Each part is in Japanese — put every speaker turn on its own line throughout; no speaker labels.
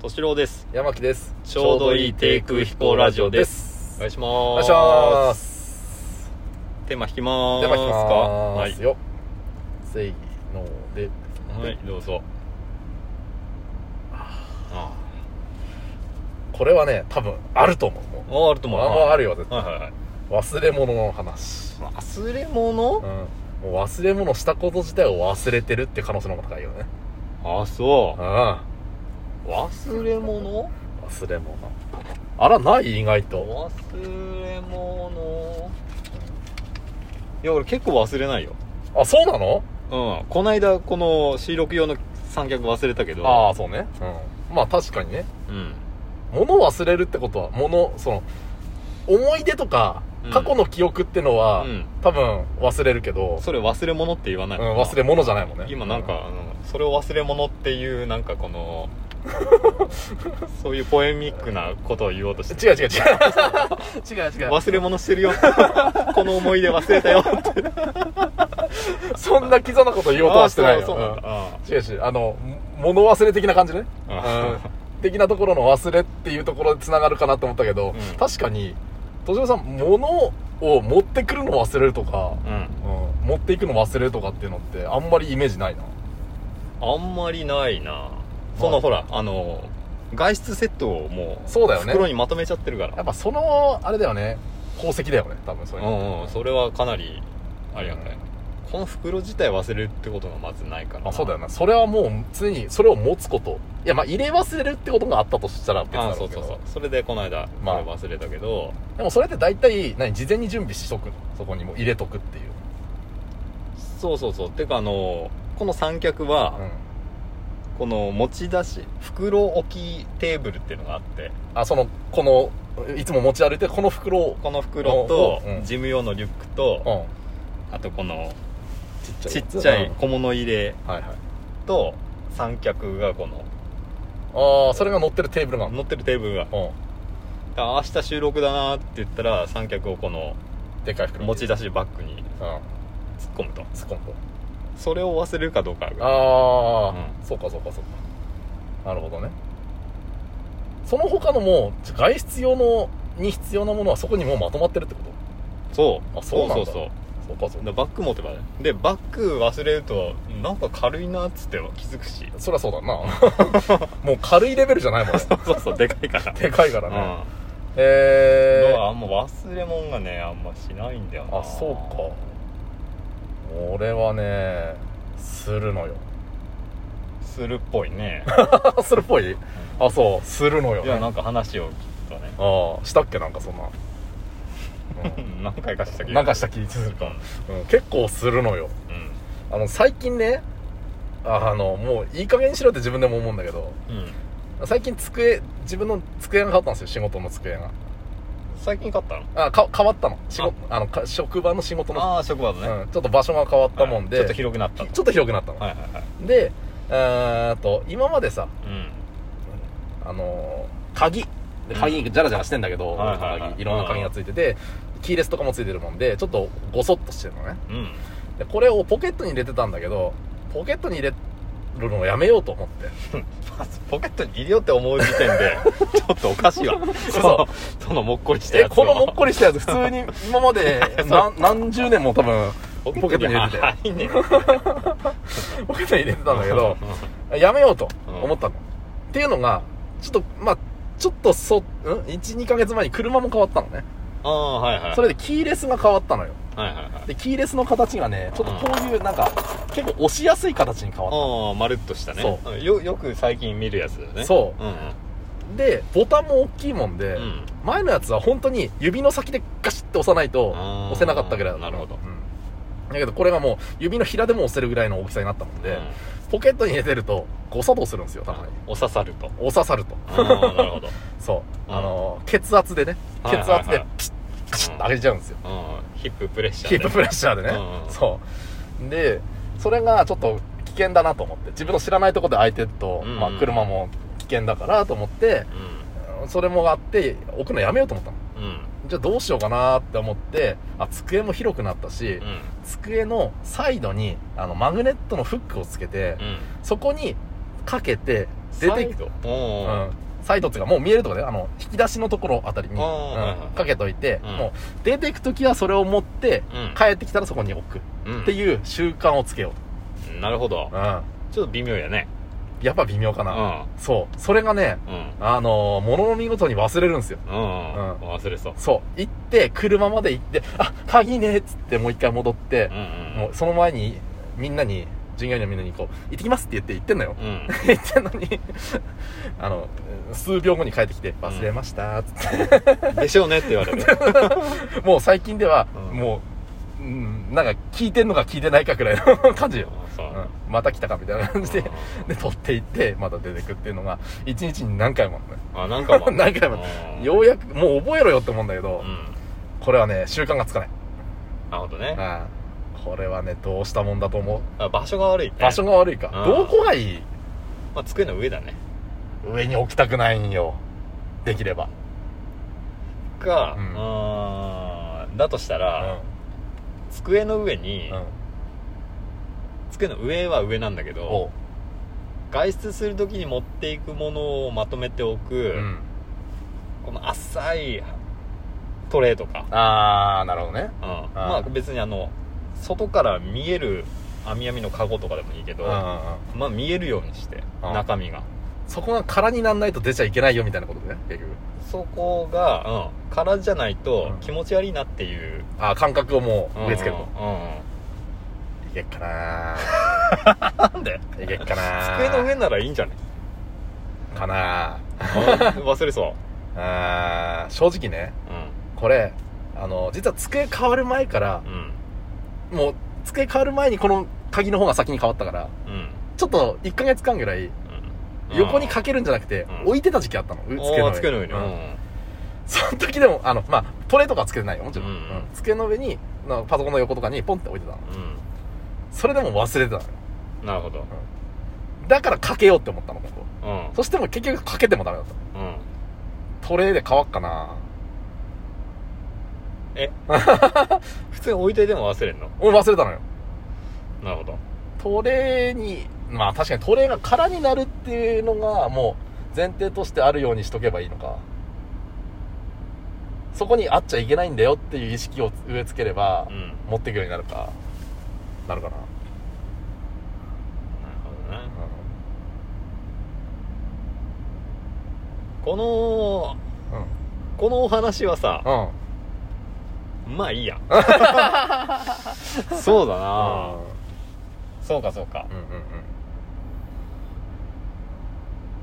敏郎です
山木です
ちょうどいい低空飛行ラジオですお願いします
お願いします
テーマ引きまーす
で
か
は行
は
き
い
ます、よせーので
はい、どうぞあ
これはね多分あると思うも
ああると
う
思う
あもうあるよ絶
はいはいはい
対忘れ物の話
忘れ物、
うんもう忘れ物したこと自体を忘れてるって可能性の方が高いよね
あそううん忘れ物
忘れ物あらない意外と
忘れ物いや俺結構忘れないよ
あそうなの
うんこないだこの収録用の三脚忘れたけど
ああそうねうんまあ確かにね
うん
物を忘れるってことは物その思い出とか
うん
過去の記憶ってのは、
うん
多分忘れるけど、
それ忘れ物って言わない、
うん、忘れ物じゃないもんね
今なんか、あのそれを忘れ物っていうなんかこ のそういうポエミックなことを言おうとして
違 う違う違う違う違う
忘れ物してるよ この思い出忘れたよって
そんなキザなこと言おうとはしてない
あーそうそうなん
よ、
だ
うん違う違うあの物忘れ的な感じね、う
あ
ん、的なところの忘れっていうところでつながるかなと思ったけど、
うん
確かに戸島さん物を持ってくるの忘れるとか、
うんうん
うん、持っていくの忘れるとかっていうのってあんまりイメージないな
あんまりないなそのほらあの外出セットをもう
そうだよね
袋にまとめちゃってるから
やっぱそのあれだよね功績だよね多分そういう
う
の
んうんそれはかなりありがたい、この袋自体忘れるってことがまずないから
あそうだよ
ね
なそれはもう常にそれを持つこといやまあ入れ忘れるってことがあったとしたら別
あー
だ
そ
ろ
う
うけ
そ
ど
うそうそれでこの間こ
ま
れ
あ
忘れたけど、
でもそれって大体何事前に準備しとくのそこにもう入れとくっていう、
そうそうそうてかあのこの三脚は、
うん、
この持ち出し袋置きテーブルっていうのがあって
あそのこのいつも持ち歩いてるこの袋を、
この袋と、
うん
事務用のリュック
う
と、
ん、
あとこの
ち
ちっちゃ
う
い
ん
小物入れ
はいはい
と三脚がこの
ああそれが乗ってるテーブルがあるの
乗ってるテーブルが
う
あ明日収録だなって言ったら三脚をこの
んでかい袋に
持ち出しバッグに
うん
突っ込むと
突っ込むと
それを忘れるかどうかが
ああ、
う
そうかそうかそうかなるほどねその他のもう外出用のに必要なものはそこにもうまとまってるってこと
そう
あそうなん
そ
だ
うそうそう
そうかそう
だ
か
バッグ持てばねでバッグ忘れるとなんか軽いなっつって気づくし
そりゃそうだな もう軽いレベルじゃないもんね
そうそうそうでかいから
でかいから
う
ね、
ん
え
だから
ー、
あんま忘れ物がねあんましないんだよな
あそうか俺はねするのよ
するっぽいね
するっぽいあそうするのよ、
い
ね、
やなんか話を聞くとね
ああしたっけなんかそんな、
何回かした
う
け
ん、
ど
なんかした気するか、うん、結構するのよ
う
あの最近ねあのもういい加減にしろって自分でも思うんだけど
ん、うん、
最近机自分の机が変わったんですよ仕事の机が
最近買ったの
あか変わったの仕事あのか職場の仕事の、
ああ職場のね、
うん、ちょっと場所が変わったもんで、
はいちょっと広くなった
ちょっと広くなったの、
はいはいはい
でえーっと今までさ
うん
あのー鍵で鍵じゃらじゃらしてんだけど、
はいはいはい
鍵いろんな鍵がついててキーレスとかもついてるもんでちょっとごそっとしてるのね
うん
でこれをポケットに入れてたんだけどポケットに入れるのをやめようと思って
まずポケットに入れようって思う時点 でちょっとおかしいわ
そ
そのもっこりした
え
やつを
このもっこりしたやつ普通 に今まで何何十年も多分ポケットに入れてて
て入んねえ
ポケットに入れてたんだけど やめようと思ったの、っていうのがちょっとまあちょっとそ、うん、12ヶ月前に車も変わったのね
ああはいはい
それでキーレスが変わったのよ
はいはいはい
でキーレスの形がねちょっとこういうなんか結構押しやすい形に変わっ
ああまるっとしたね
そ
よよく最近見るやつだよね
そう
うん
たでボタンも大きいもんで、
うん、うん
前のやつは本当に指の先でガシッて押さないと
あー
押せなかったぐらいだったの
なるほど
うんだけどこれがもう指のひらでも押せるぐらいの大きさになったもんで、
うん
ポケットに入れてると誤作動するんですよたまに
お刺さると
お刺さると
ああなるほど、
そう、
うん
あの血圧でね
はい
血
はいはい
圧でピシッカシッと上げちゃうんですよ、
うん、ヒッププレッシャー、
キ
ね、
ーププレッシャーでね、
うんうん
そうでそれがちょっと危険だなと思って自分の知らないところで開いてると、
うんうん
まあ、車も危険だからと思ってそれもあって置くのやめようと思ったの
うんうん
じゃあどうしようかなって思ってあ机も広くなったし、
うん
机のサイドにあのマグネットのフックをつけて、
うん
そこにかけて出てき
サイ
て、
ド
う
うん
ん、サイドっていうかもう見えるとこであの引き出しのところあたりに、う
あーはいはい
ん、かけといて、
うん
もう出てく時はそれを持って
うん
帰ってきたらそこに置く
うん
っていう習慣をつけよ
なるほど
うと、うん、
ちょっと微妙やね
やっぱ微妙か
う
な、
ん
そうそれがね
うん
あのー、ものの見事に忘れるんですよ
うん
うん
忘れそう
そう行って車まで行って「あ鍵ね」っつってもう一回戻って
うん、
もうその前にみんなに従業員のみんなにこう「行ってきます」って言って行ってんのよ
うんうん
言ってんのにあの数秒後に帰ってきて「忘れました」っつって、
でしょうねって言わ れる
もう最近では、
うん
もう、うん、なんか聞いてんのか聞いてないかくらいの感じよ、、
あそううん
また来たかみたいな感じでで取っていってまた出てくっていうのが一日に何回もある
あ なんかも
何回も
うん
のよようやくもう覚えろよって思うんだけど、
うん
これはね習慣がつかない、
なるほどね
ああこれはねどうしたもんだと思う
あ場所が悪いね
場所が悪いか、
うん
どこがいい
まあ机の上だね
上に置きたくないんよできれば、
か
うん
うーんだとしたら机の上に
うんうん
机の上は上なんだけど
おう
外出する時に持っていくものをまとめておく、
うん
この浅いトレーとか、
ああなるほどね
うんまあ別にあの外から見える網やみのカゴとかでもいいけど、
うんうんうん
まあ見えるようにして
うん
中身が
そこが空になんないと出ちゃいけないよみたいなことでね結局
そこが、うん、空じゃないと
うん
気持ち悪いなっていう、
あ感覚をもう植え付けると、
うんうんうん
いけっかな
なんで
ーいけっか な
机の上
の
ならいいんじゃね
上かなー
忘れそう
あー正直ね
う
これあの実は机変わる前から
んうん
もう机変わる前にこの鍵の方が先に変わったから
うん
ちょっと1ヶ月間ぐらい
うん
横にかけるんじゃなくて
うん
置いてた時期あったの、う
机の上机の上に、
う
うんん
その時でもあのまあトレーとかはつけてないよもちろん、
うんうん
うん机の上になパソコンの横とかにポンって置いてたのそれでも忘れてたのよ
うん、なるほど
だからかけようって思ったのここ
うん
そしても結局かけてもダメだっ
うん
たトレーで乾くかな
普通に置いてでも忘れんの
俺忘れたのよ
なるほど
トレーにまあ確かにトレーが空になるっていうのがもう前提としてあるようにしとけばいいのかそこにあっちゃいけないんだよっていう意識を植え付ければ
うんなる
持っていくようになるかなるかな、
ほどね
う
この
んうん
このお話はさ
うん
まあいい やそうだなそうかそうか
うん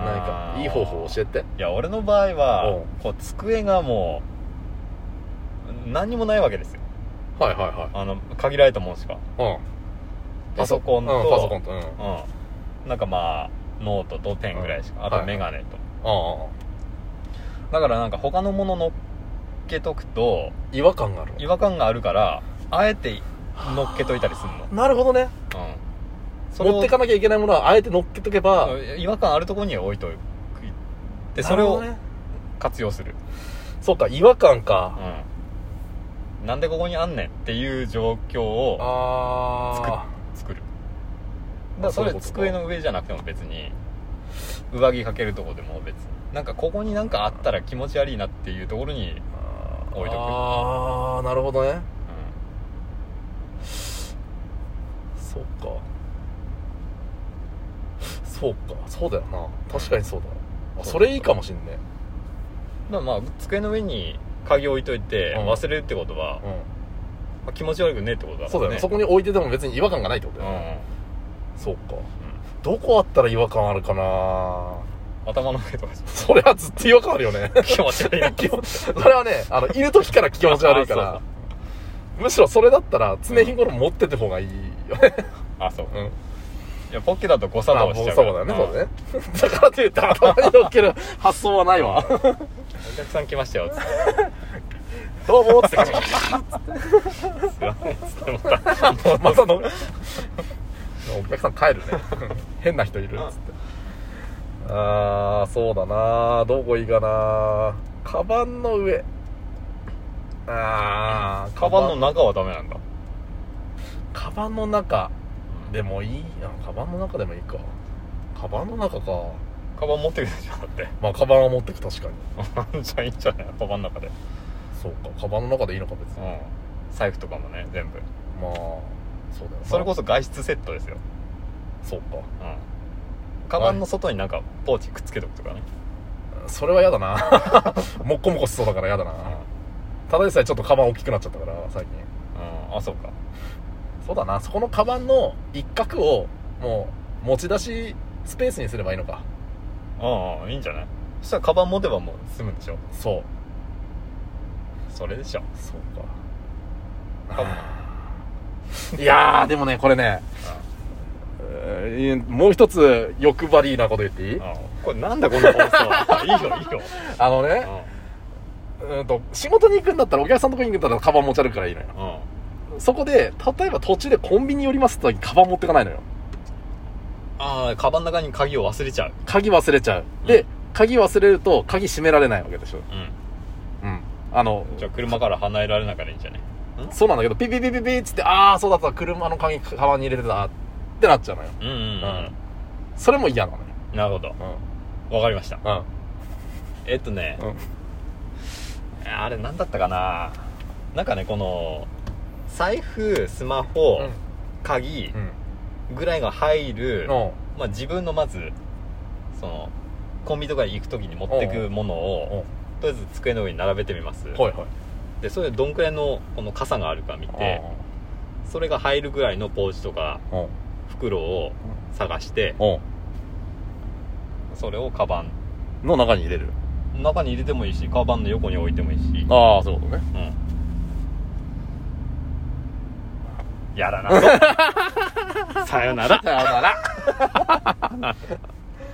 うんうん何かいい方法
を
教えて
いや俺の場合
う
は
ん
こう机がもう何にもないわけですよ
はいはいはい
あの限られたものしか
うん
パソコンと
うんパソコンとうんうん
うんなんかまあノートとペンぐらいし
うん
かあと
はい
メガネと
うん
だからなんか他のもの乗っけとくと
違和感がある
違和感があるからあえて乗っけといたりするの
なるほどね
うんそれを
持ってかなきゃいけないものはあえて乗っけとけば、
うん違和感あるところには置いとくで
な
それ
るほど
を
ね
活用する
そうか違和感か、
うんなんでここにあんねんっていう状況を
あ
作るだか
あ
らそ
そうい
れ
うことか
机の上じゃなくても別に上着かけるとこでも別になんかここになんかあったら気持ち悪いなっていうところに、
あ
置いとく
ああなるほどねそうかそうかそうだよな確かにそうだあそれいいかもしんね
うんだからまあ机の上に鍵置いといて
うん
忘れるってことは、ま
う
あ気持ち悪くねえってことだ
んそ
か
うだ
ら
よね
ね
そこに置いてても別に違和感がないってこと
う
だよね、
ん
そうかどこあったら違和感あるかな
頭の上とか
それはずっと違和感あるよね
気持ち悪い な
気持ちそれはねあのいる時から気持ち悪いか
あそ
ら
う
むしろそれだったら常日頃持ってて方がいいよね
あそう
うん
いやポッケだと誤作動しちゃうか
そう
ら
だよねそうだよね だからといって頭に乗っける発想はないわ
うんお客さん来ましたよつって
どうもっつって
すいませんつってまた
またのお客さん帰るね変な人いるっつってあーそうだなどこいいかなカバンの上あー
カバンの中はダメなんだ
カバンの中でもいいあカバンの中でもいいかカバンの中か
カカバン持ってくるじゃんだって
まあカバンは持ってく確か
あ
に
んじゃんいいんじゃないカバンの中で、
そうかカバンの中でいいのか別に
う、ん、財布とかもね全部
まあそうだよな
それこそ外出セットですよ、
そうか
うん、カバンの外になんかポーチくっつけとくとかね、
それは嫌だな もっこもこしそうだから嫌だなただでさえちょっとカバン大きくなっちゃったから最近
うん、うん、あそうか
そうだなそこのカバンの一角をもう持ち出しスペースにすればいいのか
うんうんいいんじゃないそしたらカバン持てばもう済むんでしょ
そう
それでしょ
そう
かも
いやーでもねこれねうーんもう一つ欲張りなこと言っていい
うんこれなんだこの放 送いいよいいよ、
あの
う
ね
ん
うーんと仕事に行くんだったらお客さんのとこに行くんだったらカバン持ち歩くからいいのよ
うん、
そこで例えば途中でコンビニ寄りますって時にカバン持ってかないのよ
ああカバンの中に鍵を忘れちゃう
鍵忘れちゃう
う
で鍵忘れると鍵閉められないわけでしょ
うん
うんあの
じゃあ車から離れられなからいいんじゃない
そうなんだけどピピピピピっつってああそうだった車の鍵カバンに入れてたってなっちゃうのよ
うんうんうん、
それも嫌なのよ
なるほど
う
わかりました
んうん
えっとね、
うん
あれ何だったかななんかねこの財布スマホ、鍵ぐらいが入る、
うん
まあ、自分のまずそのコンビニとかに行く時に持ってくもの
うん
をとりあえず机の上に並べてみます、
はいはい
でそれでどんくらいのこの傘があるか見てそれが入るぐらいのポーチとか
うん
袋を探して
うん
それをカバン
の中に入れる
中に入れてもいいしカバンの横に置いてもいいし
ああそういうことね
うんやだなさよなら
さよなら